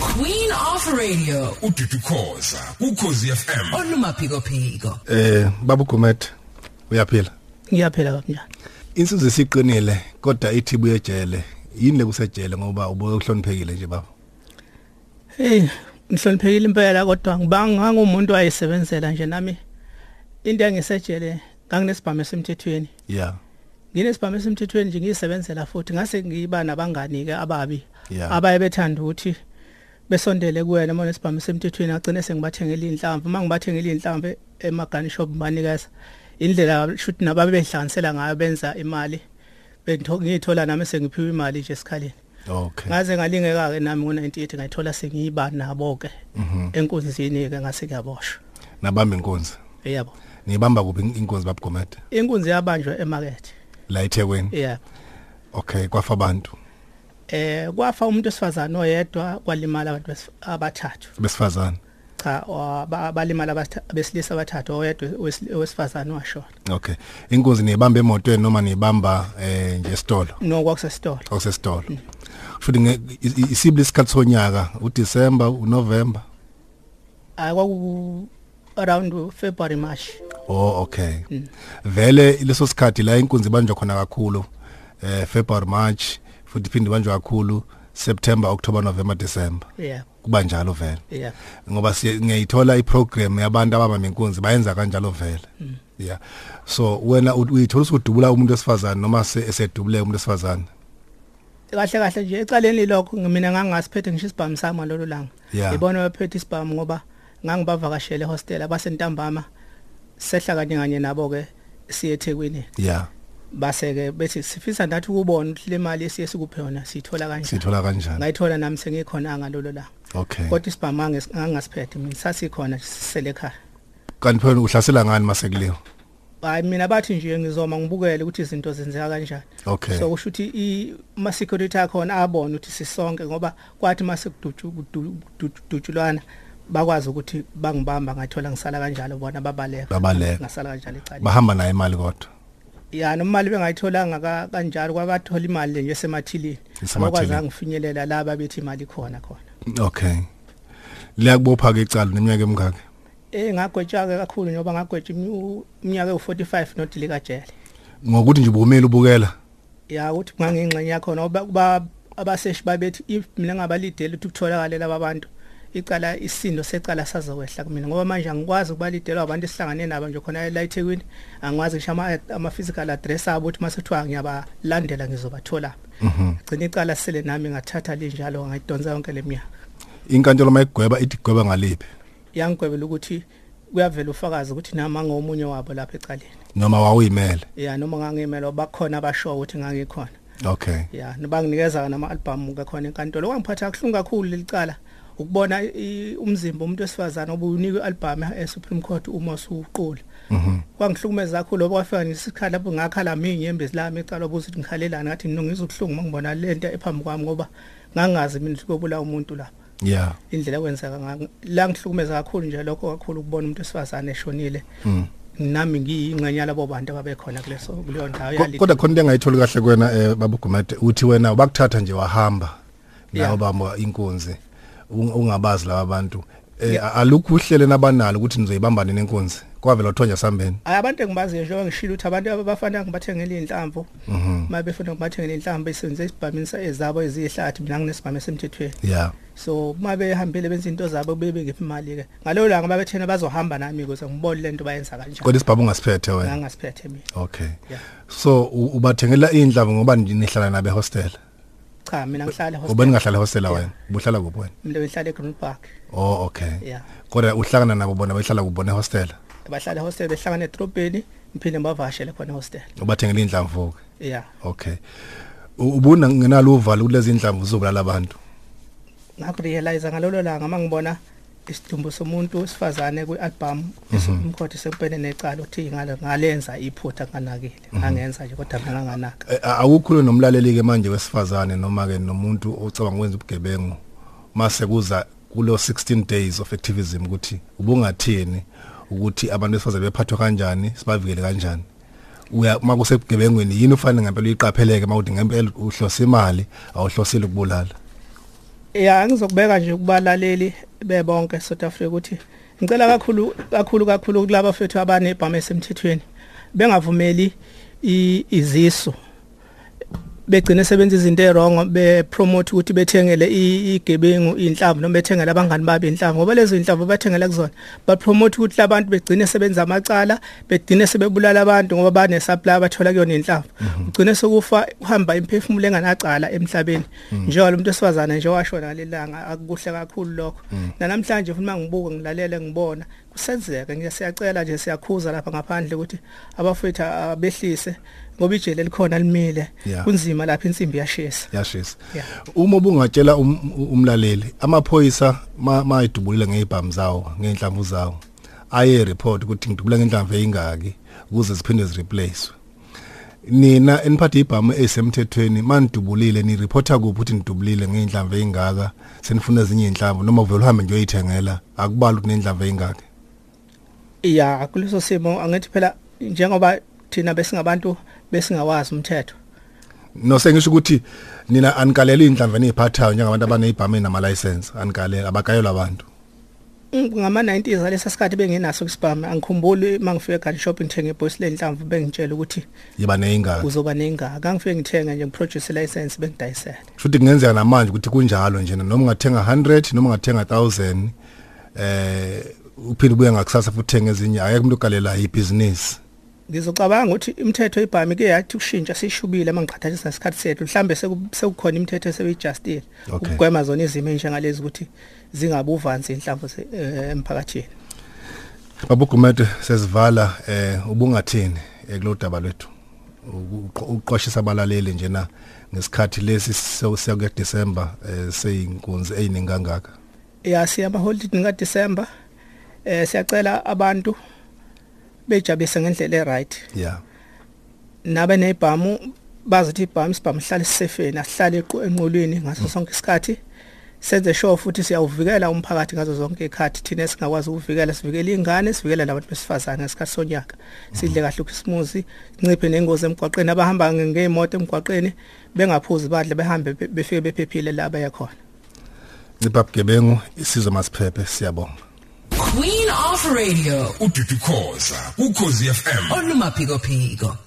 Queen of Radio udidukhoza ukhozi FM olumaphiko phiko. Eh baba Gumet uyaphila. ngiyaphela kabunjani Insizwe siqinile kodwa ithi buye jele. Yini lekusejele ngoba ubuye uhloniphekile nje baba. hey ngihloniphekile impela kodwa ngibanga ngumuntu ayisebenzela nje nami into engisejele nganginesibhamu esemthethweni Yeah. nginesibhamu esemthethweni nje ngiyisebenzela futhi ngase ngiba nabangani ke ababi Yeah. abaye bethanda ukuthi besondele kuwena uma nesibhamu esemthethweni agcine sengibathengela inhlamvu uma ngibathengela inhlamvu emagani shop banikeza indlela shuthi nababe behlanganisela ngayo benza imali bentho ngithola nami sengiphiwa imali nje esikhaleni Okay. ngaze ngalingeka ke nami ngo98 ngayithola sengiyiba nabo ke enkunzini ke ngase kuyaboshwa Nabamba inkonzi. yebo Nibamba kuphi inkonzi baba Gumet? inkunzi yabanjwa emarket La eThekwini. yebo Okay, kwafa abantu eh kwafa umuntu osifazana oyedwa kwalimala abantu besi- abathathu besifazana. cha wa- ba- balimala abatha- abesilisa abathathu oyedwa wesi- owesifazana washona Okay. Inkonzi niyibamba emotweni noma niyibamba eh nje stolo. nokwasesitolo Okusesitolo. Futhi nge- i- i- isibili isikhathi sonyaka uDecember, uNovember. akwaku Ah, around February March Oh okay. Vele leso sikhathi la inkunzi banjwa khona kakhulu. Eh February March futhi iphinde banjwa kakhulu September October November December. yebo Kuba njalo vele. yebo Ngoba siye- ngiyithola iprogram yabantu abama inkunzi bayenza kanjalo vele. Yeah. So wena u- uyithola usudubula umuntu esifazana noma se- esedubule umuntu esifazana. kahle kahle nje ecaleni lokho ngi- mina ngangasiphethe ngisho isibhamu sami ngalolu langa Yeah. ngibona bephethe isibhamu ngoba ngangibavakashele hostel abasentambama sehla kanye kanye nabo ke siye eThekwini Yeah. base ke bethi sifisa nathi ukubona ukuthi le mali esiye sikuphe yona sithola kanjani Sithola kanjani? ngayithola nami sengikhona ngalolo langa Okay. kodwa isibhamu ngange- ngangasiphethe mina sasikhona sisele ekhaya Kanti phela uhlasela ngani masekuliwe? hayi mina bathi nje ngizoma ngibukele ukuthi izinto zenzeka kanjani Okay. so kusho ukuthi i- ma security akhona abone ukuthi sisonke ngoba kwathi mase kudutshu- kudu- kudu- kudutshulwana bakwazi ukuthi bangibamba ngathola ngisala kanjalo bona babaleka Babaleka. ngasala kanjalo ecaleni Bahamba naye imali kodwa. ya noma imali bengayitholanga ka- kanjalo kwabathola imali le nje esemathilini Esemathilini. bakwazi ngifinyelela la babethi imali khona khona Okay. Liyakubopha ke icala neminyaka emingaki? eh ngagwetshwa ke kakhulu ngoba ngagwetshwa imi- umnyaka u45 nodilika jele Ngokuthi nje ubumele ubukela. ya ukuthi kungangengxenye yakho ngoba kuba abaseshi babethi if mina ngabalidela ukuthi kutholakale laba bantu icala isindo secala sazokwehla kumina ngoba manje angikwazi ukubalidelwa abantu esihlangane nabo nje khona la eThekwini angikwazi ngisho ama, ama physical address abo ukuthi mase kuthiwa ngiyabalandela ngizobathola Mhm. gcina icala sele nami ngathatha linjalo ngayidonsa yonke leminyaka Inkantolo mayigweba ithi gweba ngalipi yangigwebela ukuthi kuyavela ufakazi ukuthi nama ngomunye wabo lapha ecaleni noma wawuyimele. ya noma ngangimelwa bakhona abasho ukuthi ngangikhona Okay. ya nobanginikeza nama-albhamu ke khona enkantolo okwangiphatha kabuhlungu kakhulu leli cala ukubona i- umzimba umuntu wesifazane obe unikwe i-albhamu e-supreme court uma usuqula Mhm. kwangihlukumeza kakhulu oba kwafika ngesikhathi lapho ngakhala miyinyembezi lami icala obuza ukuthi ngikhalelani ngathi ngilungisa ubuhlungu uma ngibona le nto ephambi kwami ngoba ngangazi mina ukuthi kobulawa umuntu lapha Yeah. indlela kwenzeka ngayo la ngihlukumeza kakhulu nje lokho kakhulu ukubona umuntu wesifazane eshonile Mhm. Mm. nami ngiyingxenye labo bantu ababekhona kuleso kuleyo ndawo Ko- Kodwa khona into engayitholi kahle kwena eh baba Gumede uthi wena bakuthatha nje wahamba nawo Yeah. bamba inkunzi ung- ungabazi laba bantu. Eh alukuhlele nabanalo ukuthi nizoyibambane nenkunzi. Kwavela uthonja sambeni. Hayi, abantu engibaziyo njengoba ngishilo ukuthi abantu abafanele ngibathengele iy'nhlamvu Mhm. uma befuna ngibathengele iy'nhlamvu besebenzise isibhamini sa- ezabo eziyihlathi mina nginesibhamu esemthethweni Yeah. so uma behambile benza into zabo bebengiphi imali-ke ngalolo langa uma bethena bazohamba nami ukuze ngibone le nto bayenza kanjani Kodwa isibhabu ungasiphethe wena. ngangasiphethe mina Okay. Yeah. So u- ubathengela indlavu ngoba nje nihlala nabe hostel. cha mina ngihlale hostel. Ngoba ningahlala hostel wena. Ubuhlala kuphi wena? mina bengihlale e-green park Oh okay. ya Kodwa uhlangana nabo bona bahlala kubona hostel. bahlale hostel behlangane edrobheni ngiphinde ngibavakashele khona hostel ubathengele indlamvu ke ya okay U- ubuna ngenalo uvalo kulezi indlamvu zobulala abantu ngakurealize ngalolo langa uma ngibona isidumbu somuntu wesifazane kwi-albhamu umkhodi sekupene necala ukuthi ngale- ngalenza iphutha nganakile ngangenza nje kodwa mina nganganaka E, a- awukhulume nomlaleli ke manje wesifazane noma ke nomuntu ocabanga ukwenza ubugebengu mase kuza kulo 16 days of activism ukuthi ubungathini ukuthi abantu besifazane bephathwa kanjani sibavikele kanjani uya uma kusebugebengweni yini ufanele ngempela uyiqapheleke uma uthi ngempela uhlose imali awuhlosile ukubulala ya ngizokubeka nje kubalaleli bebonke South Africa ukuthi ngicela kakhulu kakhulu kakhulu kulabo fethu abanebhamu esemthethweni bengavumeli i- izisu begcine sebenza izinto erongo bepromote ukuthi bethengele i- igebengu inhlamvu noma bethengele abangani babo inhlamvu ngoba lezo inhlamvu bathengele kuzona bapromote ukuthi labantu begcine sebenza amacala begcine sebebulala abantu ngoba bane supply abathola kuyona inhlamvu ugcine sokufa uhamba imphefumulo enganacala emhlabeni njengoba umuntu esifazana nje washona lelanga akukuhle kakhulu lokho nanamhlanje futhi mangibuke ngilalele ngibona kusenzeka nje siyacela nje siyakhuza lapha ngaphandle ukuthi abafethu abehlise ngoba ijele likhona limile Yeah. kunzima lapha insimbi iyashisa yashisa Yeah. uma ubungatshela um- umlaleli amaphoyisa mayidubulile ngeibhamu zawo ngeenhlamvu zawo aye report ukuthi ngidubula ngenhlamvu eyingaki ukuze ziphinde zireplacewe nina eniphathe ibhamu esemthethweni manidubulile nireporta kuphi ukuthi nidubulile ngeenhlamvu eyingaka senifuna ezinye iy'nhlamvu noma uvele uhambe nje uyoyithengela akubali ukuthi nenhlamvu eyingaki ya kuleso simo angithi phela njengoba thina besingabantu besingawazi umthetho nosengisho ukuthi nina anikalela iy'nhlamvu eniy'phathayo njengabantu abaneyibhamu ezinamalayisensi anikalela abagayelwa abantu Mm, ngama-90s ngalesa sikhathi bengenaso isibhamu angikhumbuli uma ngifike egun shop ngithenge ibhosi lenhlamvu bengitshela ukuthi yiba neyingaka uzoba nengaka angifike ngithenga nje ngiproduce license bengidayisele futhi kungenzeka namanje ukuthi kunjalo njena noma ungathenga 100 noma ungathenga 1000 eh uphinde ubuye ngakusasa futhi uthenge ezinye ayeke umuntu ugalela ibhizinisi ngizocabanga ukuthi imithetho ibhami ke yathi ukushintsha sishubile uma ngiqhathanisa nesikhathi sethu mhlambe seku- sekukhona imithetho esebeyijustile Okay. ukugwema zona izimo enjengalezi ukuthi zingabi uvanzi inhlamvu ze- eh, emphakathini babugumede sesivala eh ubungathini eh, kulo daba lwethu Uku- uqo- ukuqwashisa abalaleli njena ngesikhathi lesi so- siya kuya December eh seyinkunzi eyiningi kangaka ya siya amaholidini kaDisemba eh siyacela abantu bejabise ngendlela eright yeah nabe nebhamu bazothi ibhamu sibhamu hlale sisefeni asihlale eqo- enqolweni ngaso sonke isikhathi senze sure futhi siyawuvikela umphakathi ngazo zonke ikhathi thina singakwazi ukuvikela sivikele ingane sivikele labantu besifazane ngesikhathi sonyaka sidle kahle ukusimuzi nciphe nengozi emgwaqeni abahamba nge- ngeyimoto emgwaqeni bengaphuzi badle behambe be- befike bephephile la bayekhona nibabgebengu isizwe masiphephe siyabonga Queen of Radio. udidikhoza kukhozi fm Onumaphiko phiko.